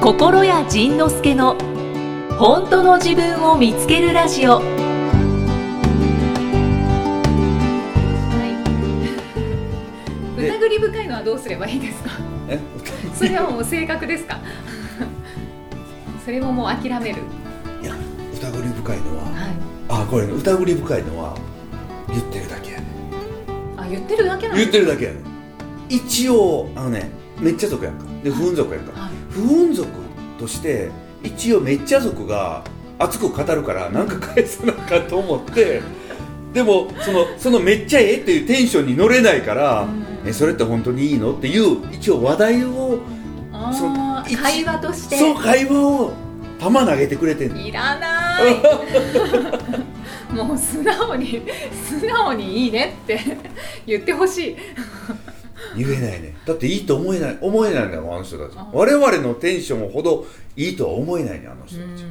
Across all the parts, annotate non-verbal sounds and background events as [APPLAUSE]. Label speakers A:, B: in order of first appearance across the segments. A: 心谷仁之助の本当の自分を見つけるラジオ。
B: はい。
C: で
B: 疑り深いのはどうすればいいです
C: [LAUGHS]
B: か。
C: え
B: それはもう性格ですか。 [LAUGHS] それももう諦める。
C: いや疑り深いのは
B: はい。
C: あこれね疑り深いのは言ってるだけやね
B: あ、言ってるだけなん
C: 言っ
B: で
C: てるだけやね一応あのねめっちゃ族やんかで不運族やんか
B: はい
C: 不運族として一応めっちゃ族が熱く語るからなんか返さなあかんと思ってでもそのそのめっちゃええっていうテンションに乗れないから
B: う、ん
C: えそれって本当にいいのっていう一応話題を
B: す。
C: そ
B: あ
C: 一
B: ー会話として。
C: そう会話を球投げてくれてんの
B: いら
C: [LAUGHS]
B: ない。もう素直に素直にいいねって言ってほしい。
C: 言えないねだっていいと思えない思えないんだもんあの人たち
B: あ
C: 我々のテンションほどいいとは思えないねあの人たち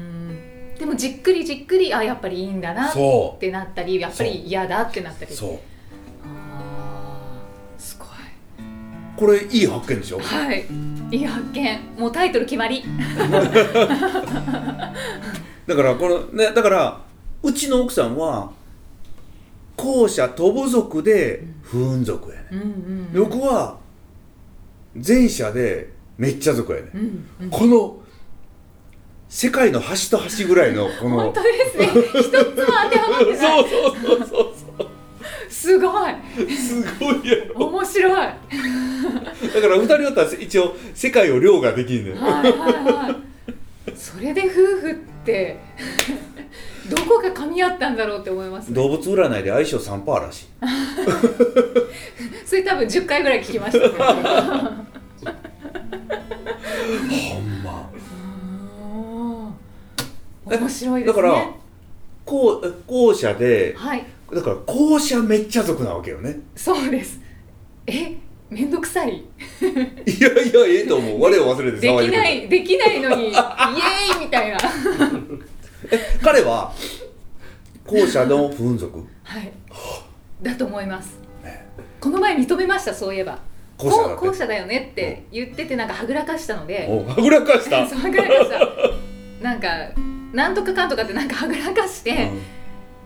B: でもじっくりじっくりあやっぱりいいんだなっ
C: そ
B: てなったりやっぱり嫌だってなった
C: う
B: り
C: そう
B: あーすごい
C: これいい発見でしょ
B: はいいい発見もうタイトル決まり
C: だからこのねだからうちの奥さんは後者飛ぶ族で不運族やね
B: うんうん
C: で僕は前者でめっちゃ族やね
B: うんうん
C: この世界の端と端ぐらいのこの
B: [LAUGHS] 本当ですね一つも当てはまってない
C: そうそうそうそう
B: すごい
C: すごいやろ
B: 面白いはい
C: だから二人だったら一応世界を凌駕できんねん
B: はいはいそれで夫婦ってどこが噛み合ったんだろうって思いますね
C: 動物占いで相性3パーらしい
B: それ多分10回ぐらい聞きま [LAUGHS] したね
C: ほんま
B: うん面白いで
C: だ
B: す
C: か
B: ね
C: ら後後者で
B: はい
C: だから後者めっちゃ族なわけよね
B: そうですえめんどくさい
C: いやいやええと思う我を忘れて
B: でき
C: くれ
B: な
C: た
B: いできないのにイエーイみたいな
C: え彼は後者の不運族
B: はいだと思います
C: ね
B: この前認めましたそういえば
C: 後者だ
B: こう後
C: って
B: 者だよねって言っててなんかはぐらかしたので
C: おはぐらかし
B: [LAUGHS]
C: た
B: そうはぐらかしたなんかなんとかかんとかってなんかはぐらかして、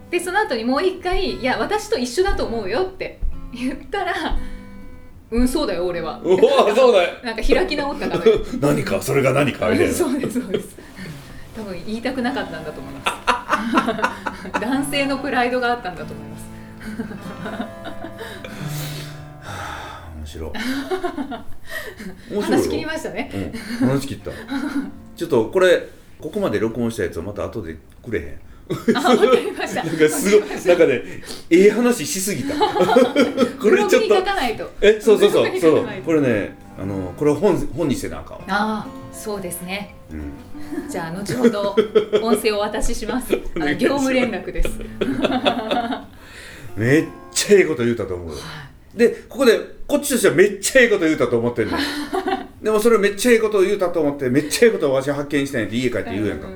B: でその後にもう一回「いや私と一緒だと思うよ」って言ったら「うんそうだよ俺は」
C: うん、おおそうだよ
B: なんか開き直ったからよ
C: [LAUGHS] 何かそれが何かみたい
B: [LAUGHS]
C: な
B: そうですそうです多分言いたくなかったんだと思います [LAUGHS] 男性のプライドがあったんだと思います
C: あ
B: [LAUGHS]
C: 面白い面白いよ
B: 話し切りましたね
C: うん話切った
B: [LAUGHS]
C: ちょっとこれここまで録音したやつをまた後でくれへん
B: あわかりました
C: なんかすごいなんかねええ話しす
B: [LAUGHS]
C: ぎたこ
B: ブ
C: れ
B: ロ
C: ち
B: グ
C: ょっ
B: に書
C: と
B: かないと
C: えそうそう
B: ブロ
C: そ
B: グ
C: う
B: に
C: そ
B: 書か
C: う
B: ないと
C: これねあのこれ本本にしてなあかんわ、
B: ああそうですね
C: うん、
B: じゃあ後ほど音声をお渡ししますあ
C: [LAUGHS] お願
B: の
C: いし
B: 業
C: ます
B: 務連絡です
C: めっちゃええこと言うたと思うよでここでこっちとしてはめっちゃええこと言うたと
B: [LAUGHS]
C: 思ってんねんでもそれめっちゃええこと言うたと思ってめっちゃええことわし発見したんやって家帰って言うやんか
B: ん
C: う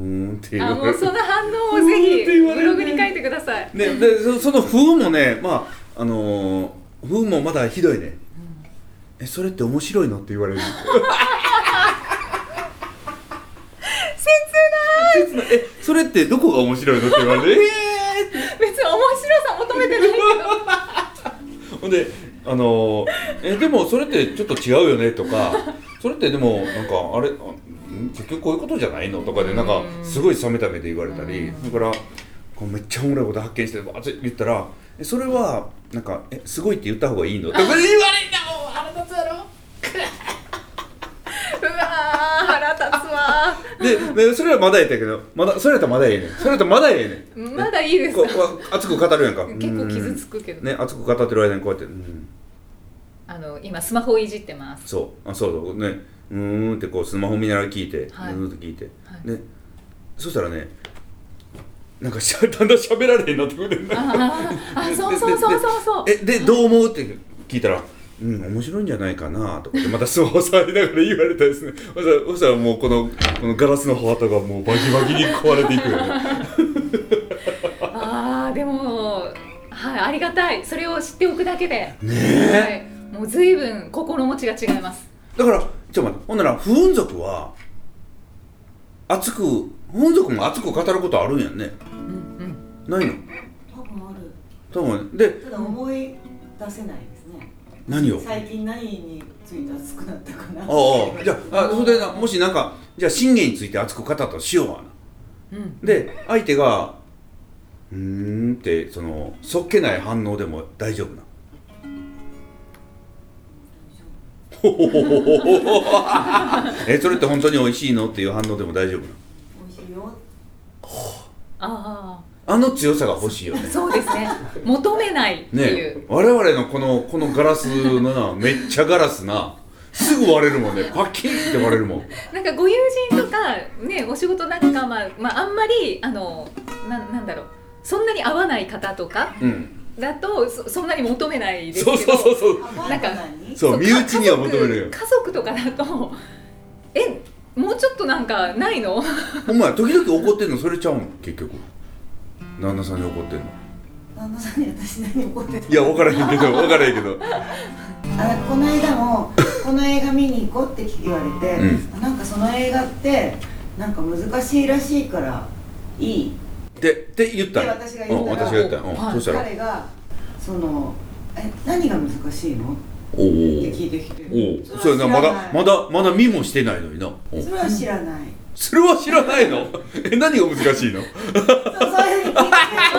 C: ーんっていう
B: あもうその反応をぜ
C: うーんっ
B: ひ
C: て言
B: ブ
C: われるね
B: ログに書いてください
C: ね、でそその不運もねまああのー不運もまだひどいね、えそれって面白いのって言わ
B: [LAUGHS]
C: れる切ないえそれってどこが面白いのって言わ
B: [LAUGHS]
C: れるえ
B: 別に面白さ求めて
C: [LAUGHS]
B: ないけど
C: ーほんであのーえでもそれってちょっと違うよねとかそれってでもなんかあれあん結局こういうことじゃないのとかでなんか
B: うん
C: すごい冷めた目で言われたり
B: う
C: だからこうめっちゃおもろいこと発見してわーって言ったらえそれはなんかえすごいって言った方がいい
B: [LAUGHS]
C: のとか言われたもん
B: 腹立つやろ [LAUGHS] うわー腹立つわ
C: ででそれはまだやったけどまだそれやったらまだええねんそれやったらまだええねん
B: まだいいです
C: こ
B: か
C: うこう熱く語るやんか
B: 結構傷つくけど、
C: うんね熱く語ってる間にこうやってうん
B: あの今スマホをいじってます
C: そうあそうそうねうーんってこうスマホ見ながら聞いて、
B: はいう
C: ーんって聞いて、
B: はい
C: でそしたらねなんかしゃ [LAUGHS] だんだん喋られへんなってくるんだよ
B: あーあそうそうそうそうそう
C: [LAUGHS] えでどう思うって聞いたら「うん面白いんじゃないかな」とかってまたスマホ触りながら言われたですねそしたらそしたらもうこのこのガラスのハートがもうバキバキに壊れていくよね
B: ああでもはいありがたいそれを知っておくだけで、
C: ね
B: はい、もう随分心持ちが違います
C: だからちょっと待ってほんなら不運族は熱く本族も熱く語ることあるんやんね
B: うん
C: ないの
D: 多分ある
C: 多分で
D: ただ思い出せないですね
C: 何を
D: 最近何について熱くなったかな
C: ああじゃああそれでなもしなんかじゃあ信玄について熱く語ったとしようわな
B: うん
C: で相手が「うーん」ってそのそっけない反応でも大丈夫なほほほほほほほ [LAUGHS] えそれって本当に美味しいのっていう反応でも大丈夫な
D: 美味しいよ
B: あ
C: あの強さが欲しいよ
B: あ
C: ね
B: そうです
C: [LAUGHS]
B: ね求めないって
C: ね
B: いう、
C: え我々のこのこのガラス
B: [LAUGHS]
C: のなめっちゃガラスなすぐ割れるもんねパキンって割れるもん
B: なんかご友人とかねお仕事仲間、まあまあ、あんまりあのななんだろうそんなに合わない方とか
C: うん
B: だとそそんなに求めないですけ
C: そ
B: ど
C: うそうそうそう
D: なんか何
C: そう身
B: か
C: 内には求めるよ
B: 家族家族とかだとえもうちょっとなんかないの
C: お前時々怒ってんのそれちゃうん結局旦那さんに怒ってんの
D: 旦那さんに私何怒ってた
C: いや分からへん
B: [LAUGHS]
C: けど分からへんけど
D: あこの間もこの映画見に行こうって言われて、
C: う
D: なんかその映画ってなんか難しいらしいからいい
C: でって言ったの
D: で私が言ったら
C: うん、私が言ったのうん
B: はい
C: そしたら
D: 彼がそのえ何が難しいのっ
C: おお
D: て聞いてきて
C: おおそうやなまだま
D: だ
C: だまだ見もしてないのになお
D: それは知らない
C: それは知らないのえ何が難しいの
D: そうそういうふうに聞い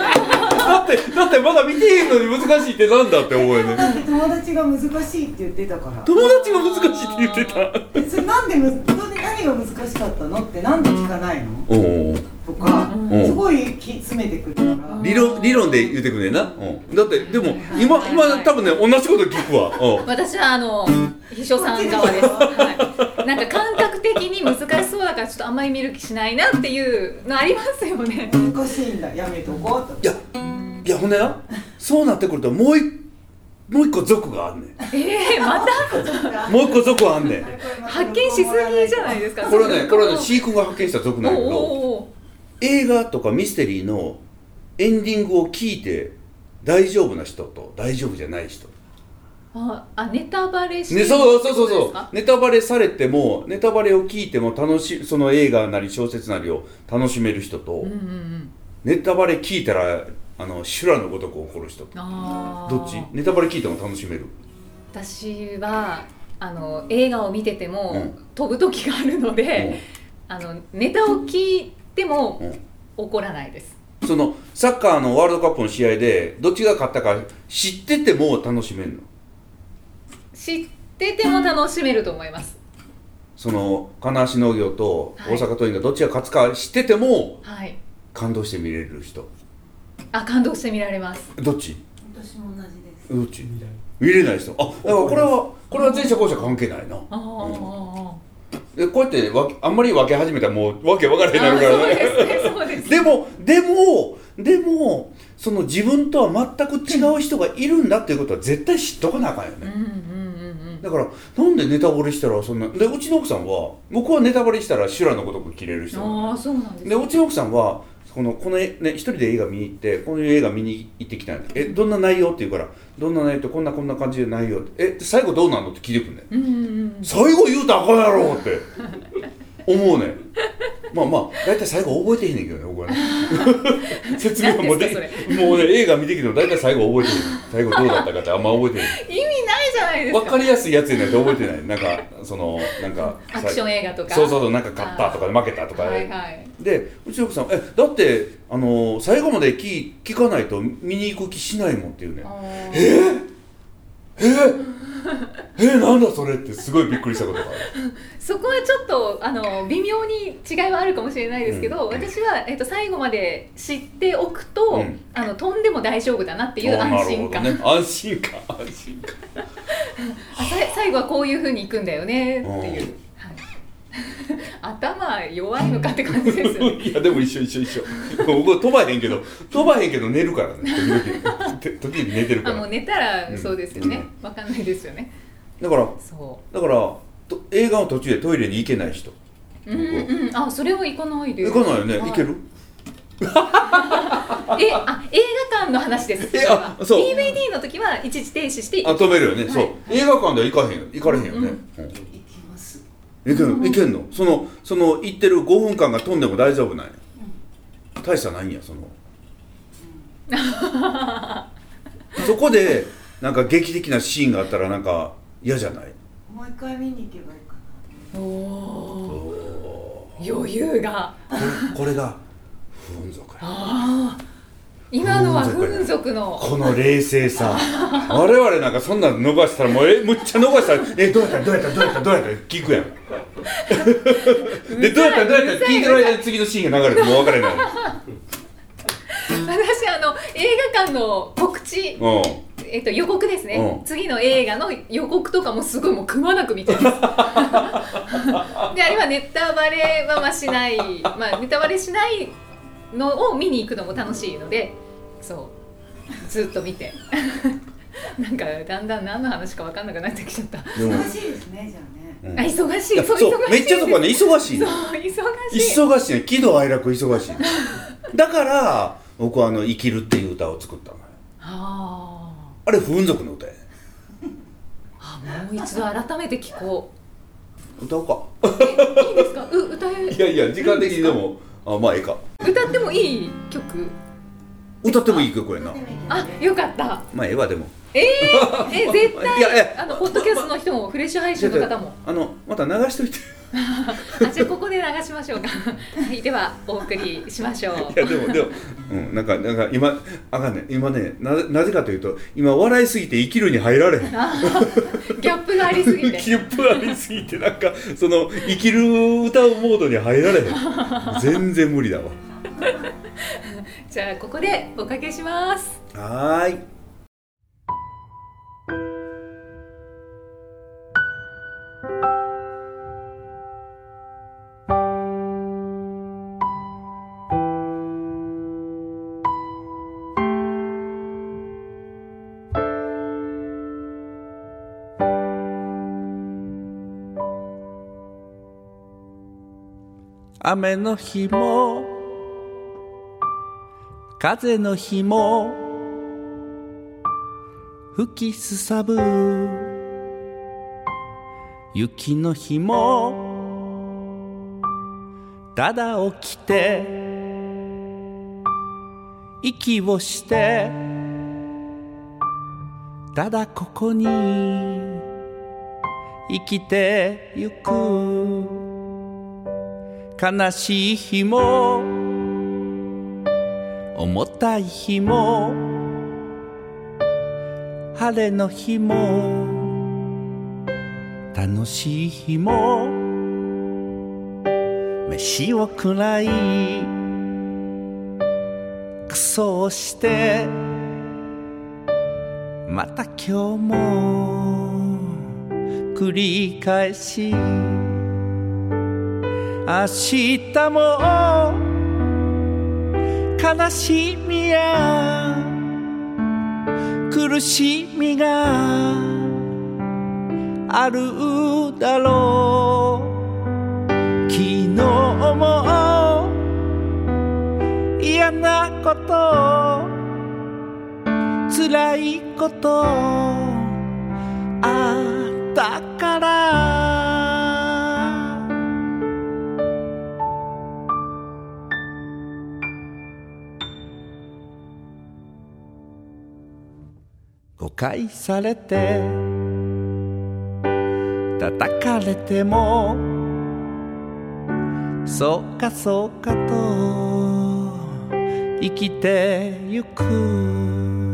C: [LAUGHS] だってだってまだ見てへんのに難しいってなんだって思うよ
D: てだ
C: ね
D: って友達が難しいって言ってたから
C: 友達が難しいって言ってた
D: えそれなんでむなんで何が難しかったのってなんで聞かないの
C: おお
D: とか
C: うん
D: すごいき詰めてくるから
C: 理論理論で言ってくんねんな、うん、だってでも今
B: はいはい
C: 今多分ね同じこと聞くわ、うん、
B: 私はあの秘書さん側です、はい、なんか感覚的に難しそうだからちょっとあんまり見る気しないなっていうのありますよね
D: 難しいんだやめとこうと
C: いやいやほんでなそうなってくるともういもう一個族があんねん
B: えー、また
C: もう一個族はあんねん
B: [LAUGHS] 発見しすぎじゃないですか
C: これは
B: [LAUGHS]
C: ねこれはね飼育が発見した族
B: お
C: な
B: ー
C: んやけど
B: お
C: 映画とかミステリーのエンディングを聞いて大丈夫な人と大丈夫じゃない人、ね、
B: ーおーああネタバレし
C: そうそうそう
B: ってこ
C: そ
B: とです
C: う
B: か
C: ネタバレされてもネタバレを聞いても楽しその映画なり小説なりを楽しめる人と、
B: うんうんうん
C: ネタバレ聞いたらあの修羅のごとく怒る人と
B: あー
C: どっちネタバレ聞いても楽しめる
B: 私はあの映画を見てても、
C: うん
B: 飛ぶ時があるので、あのネタを聞いても、
C: うん
B: 怒らないです
C: そのサッカーのワールドカップの試合でどっちが勝ったか知ってても楽しめるの
B: 知ってても楽しめると思います
C: その金足農業と
B: は
C: 大
B: い
C: 阪桐蔭がどっちが勝つか知ってても
B: はい
C: 感動して見れる人
B: あ感動して見られます
C: どっち
D: 私も同じです
C: どっち見れない人あだからこれはこれは前者後者関係ないな
B: あーあー
C: でこうやってわけあんまり分け始めたらもうわけ分から
B: あ
C: へん
B: ー
C: なる
B: あー
C: から
B: そう
C: ね
B: ですねそうです
C: でもでもでもその自分とは全く違う人がいるんだっていうことは絶対知っとかなあかんよ
B: うん
C: ね
B: うんうん
C: だからなんでネタバレしたらそんなでうちの奥さんは僕はネタバレしたら修羅のごとく切れる人
B: うんああそうなんです
C: で
B: ね
C: うちの奥さんはこのこの絵、ね、一人で映画見に行ってこういう映画見に行ってきたんやえどんな内容って言うからどんな内容ってこんなこんな感じで内容ってえ最後どうなんのって聞いてくんね
B: うんうんうん
C: 最後言うたらあかんやろって思うねんまあまあ大体最後覚えてへんねんけどね
B: [LAUGHS]
C: 僕はね説明はも
B: 何
C: う
B: で
C: ねもうね映画見てきても大体最後覚えてへん最後どうだったかってあんま覚えてへ
B: 意味ないじゃないで
C: ん
B: す
C: 分
B: か
C: かりやすいやつやないと覚えてないなんかそのなんか
B: アクション映画とか
C: そうそうそうなんか勝ったとか負けたとか、
B: はいはい
C: でうちの奥さん「えだって、あのー最後まで聞聞かないと見に行く気しないもん」っていうね
B: あ
C: 「え
B: ー
C: ー、えー、えー、なんだそれ」ってすごいびっくりしたことがある
B: そこはちょっとあの微妙に違いはあるかもしれないですけど、
C: うん
B: 私は、えっと、最後まで知っておくと、
C: うん
B: あの飛んでも大丈夫だなっていう安心感、
C: あなるほどね安心感安心感
B: あさい最後はこういうふうにいくんだよねっていう、
C: うん
B: はい [LAUGHS] 頭弱いのかって感じですよね
C: いやでも一緒一緒一緒僕は飛ばへんけど飛ばへんけど寝るからね時々 [LAUGHS] て時々寝てるか
B: あもう
C: ら
B: 寝たらそうですよね、
C: うん
B: わかんないですよね
C: だから
B: そ
C: だからと映画の途中でトイレに行けない人
B: ううんうんあそれは行かないで
C: 行かないよね
B: は
C: 行ける
B: えあ映画館の話です
C: えあそう
B: DVD の時は一時停止して
C: あ止めるよね、
B: はい
C: そう映画館では行かへんよ行かれへんよね、
B: うん
C: うん
D: 行きます
E: いけんのいけんのそのその行ってる5分間が飛んでも大丈夫なんや、大したないんやその [LAUGHS] そこでなんか劇的なシーンがあったらなんか嫌じゃない
D: もう一回見に行けばいいかな
B: おお
E: こ
B: 余裕が
E: これが不運族や
B: ああ今のは
E: 不
B: 不
E: 運
B: 運
E: 族
B: 族の
E: この冷静さ [LAUGHS] 我々なんかそんなの逃したらもうえむっちゃ逃したら「えどうやったどうやったどうやったどうやった?」聞 [LAUGHS] くやんでどうやったどうやった聞いてる間に次のシーンが流れてもう分からへんない [LAUGHS]
B: 私あの映画館の告知、
E: うん
B: えっと、予告ですね、
E: うん
B: 次の映画の予告とかもすごいもうくまなく見てます [LAUGHS] であれはネタバレはまあしない、まあ、ネタバレしないのを見に行くのも楽しいのでそうずっと見て [LAUGHS] なんかだんだん何の話か分かんなくなってきちゃった、
E: でも、
D: 忙しいですねじゃあね
E: うん
B: あ忙しい
E: いや
B: そう
E: そう
B: 忙しい
E: めっちゃそこはね忙しい
B: そう
E: の
B: 忙しい
E: 忙しいね喜怒哀楽忙しいのだから僕はあの「生きる」っていう歌を作ったのよ
B: あ
E: あれ不運族の歌やね
B: ーあもう一度改めて聞こ
E: [LAUGHS] 歌おうか
B: ういいですかう歌え
E: いやいや時間的にでもあまあええか
B: 歌ってもいい曲
E: 歌ってもいい曲やな
D: 見てみて
B: あよかった
E: まあええわでも
B: えー、
C: [LAUGHS]
B: え絶対
E: いやいや
B: あのポッドキャストの人もフレッシュ配信の方も
E: あのまた流しといてい
B: あじゃあここで流しましょうか [LAUGHS] はいではお送りしましょう
E: やでもでもうんなんかなんか今あかんね今ねななぜかというと今笑いすぎて生きるに入られへん
B: あーギャップがありす
C: [LAUGHS]
B: ぎて
E: キップありすぎてなんかその生きる歌うモードに入られへ
B: [LAUGHS]
E: ん全然無理だわ
B: じゃあここでおかけします
E: はーい
C: 雨の日も風の日も吹きすさぶ雪の日もただ起きて息をしてただここに生きてゆく悲しい日も重たい日も晴れの日も楽しい日も飯を食らいクソをしてまた今日も繰り返し明日も悲しみや苦しみがあるだろう昨日も嫌なこと辛いことあったから誤解されて叩かれてもそうかそうかと生きてゆく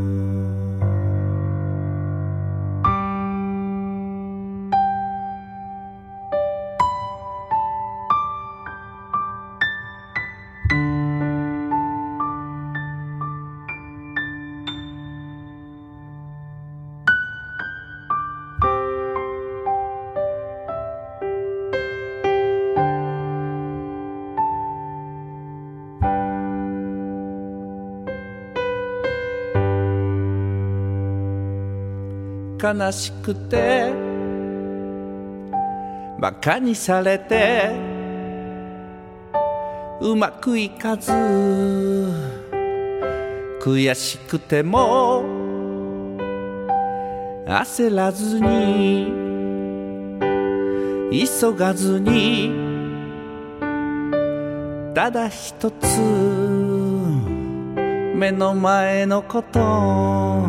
C: 悲しくて馬鹿にされてうまくいかず悔しくても焦らずに
F: 急がずにただ一つ目の前のこと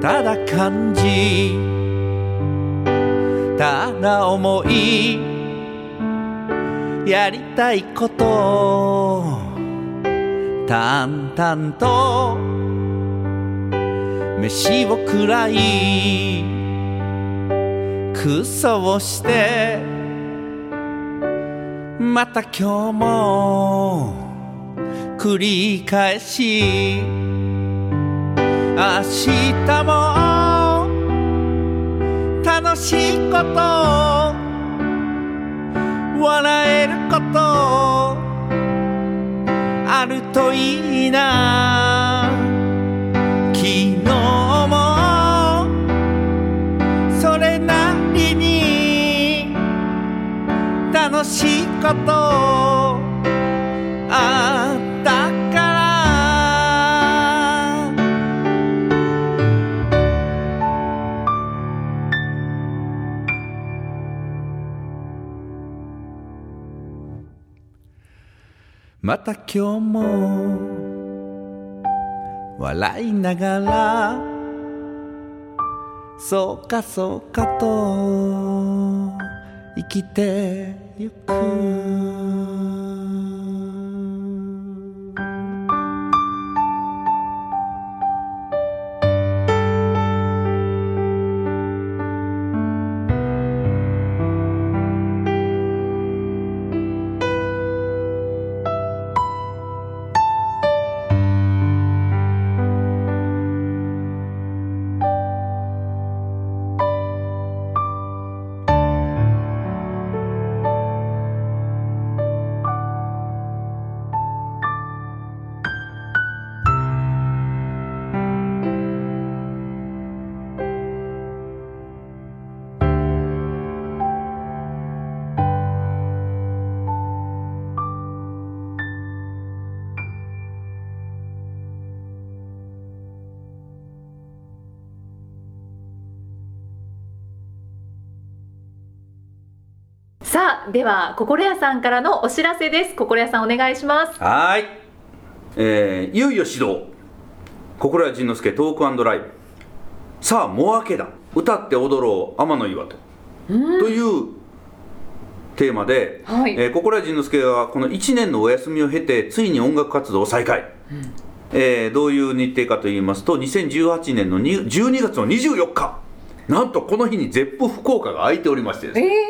F: ただ感じただ思いやりたいこと淡々と飯を食らいクソをしてまた今日も繰り返し明日も楽しいこと笑えることあるといいな昨日もそれなりに楽しいことあったからまた今日も笑いながらそうかそうかと生きてゆく
B: さあでは心屋さんからのお知らせです心屋さんお願いします
C: はーい、えー、いよいよ始動心谷仁之助トークライブさあもう明けだ歌って踊ろう天の岩戸というテーマで、
B: はい
C: えー心谷仁之助はこの1年のお休みを経てついに音楽活動を再開、えーどういう日程かと言いますと2018年のに12月の24日なんとこの日にゼップ福岡が開いておりましてですね
B: え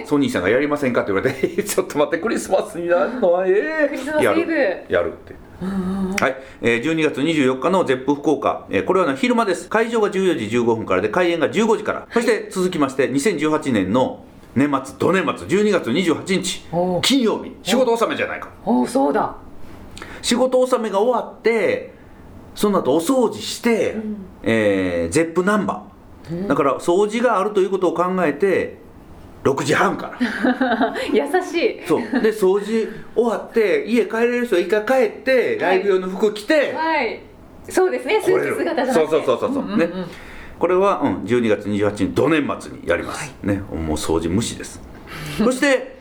B: え
C: ソニーさんがやりませんかって言わ [LAUGHS] れて、えちょっと待って、クリスマスになるのは、えー、
B: クリスマスイブ
C: やるやるって。はい、えー、12月24日のゼップ福岡、えーこれはね昼間です。会場が14時15分からで、開演が15時から。そして続きまして、2018年の年末、土年末、12月28日
B: おう、
C: 金曜日、仕事納めじゃないか。
B: おそうだ
C: 仕事納めが終わってその後お掃除して、えー、ゼップナンバー、だから掃除があるということを考えて6時半から
B: 優しい
C: そうで掃除終わって家帰れる人は一回帰ってライブ用の服着て、
B: はいそうですねス
C: 来
B: ー
C: れ
B: ツ
C: る
B: 姿じゃな
C: そ
B: く
C: う
B: て
C: そうそうそうそう、
B: んんん
C: ねこれは、うん、12月28日土年末にやります、ねもう掃除無視ですそして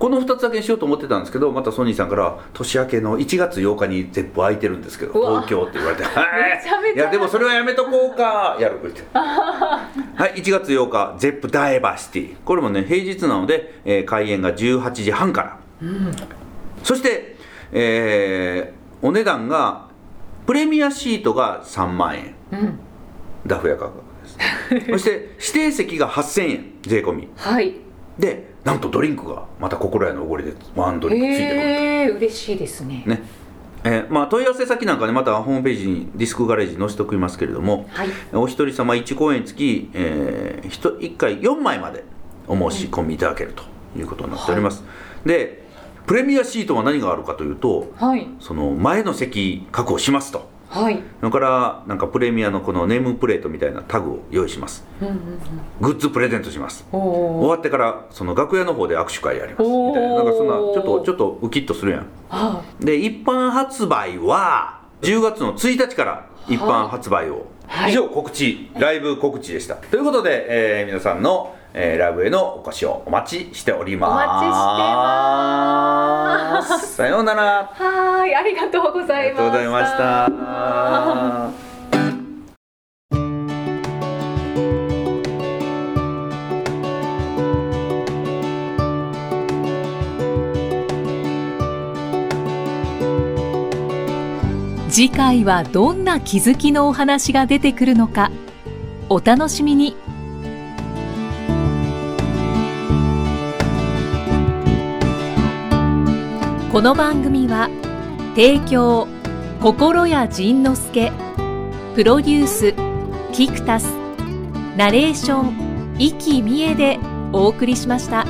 C: この2つだけにしようと思ってたんですけどまたソニーさんから「年明けの1月8日に絶プ空いてるんですけど
B: うわ
C: 東京」って言われて「はい
B: めちゃめちゃ
C: いやでもそれはやめとこうか」
B: [LAUGHS]
C: やる言ってはい1月8日ゼップダイバーシティこれもね平日なので、えー開演が18時半から、そして、えーお値段がプレミアシートが3万円、ダフ屋価格ですそして指定席が8000円税込み
B: はい
C: でなんとドリンクがまた心得のおごりでワンドリンクついてくる、
B: ええ嬉しいですね
C: ねえーまあ、問い合わせ先なんかねまたホームページにディスクガレージに載せておきますけれども、
B: はい
C: お一人様1公演につき、えー、1, 回4枚までお申し込みいただけるということになっております、でプレミアシートは何があるかというと
B: はい
C: その前の席確保しますと
B: はい
C: それからなんかプレミアのこのネームプレートみたいなタグを用意します
B: うんうんうん
C: グッズプレゼントします
B: お
C: 終
B: お
C: わってからその楽屋の方で握手会やりますみたいな
B: おー
C: なんかそんなちょっとちょっとウキッとするやん
B: あ
C: で一般発売は10月の1日から一般発売を、
B: はい
C: 以上告知ライブ告知でしたということで、えー皆さんのえーライブへのお越しをお待ちしております
B: お待ちしてま
C: さようならあ
B: はーい、ありがとうござ
C: り
B: い
C: がとうございました
A: 次回はどんな気づきのお話が出てくるのかお楽しみにこの番組は提供心谷仁之助プロデュースキクタスナレーション生きみえでお送りしました。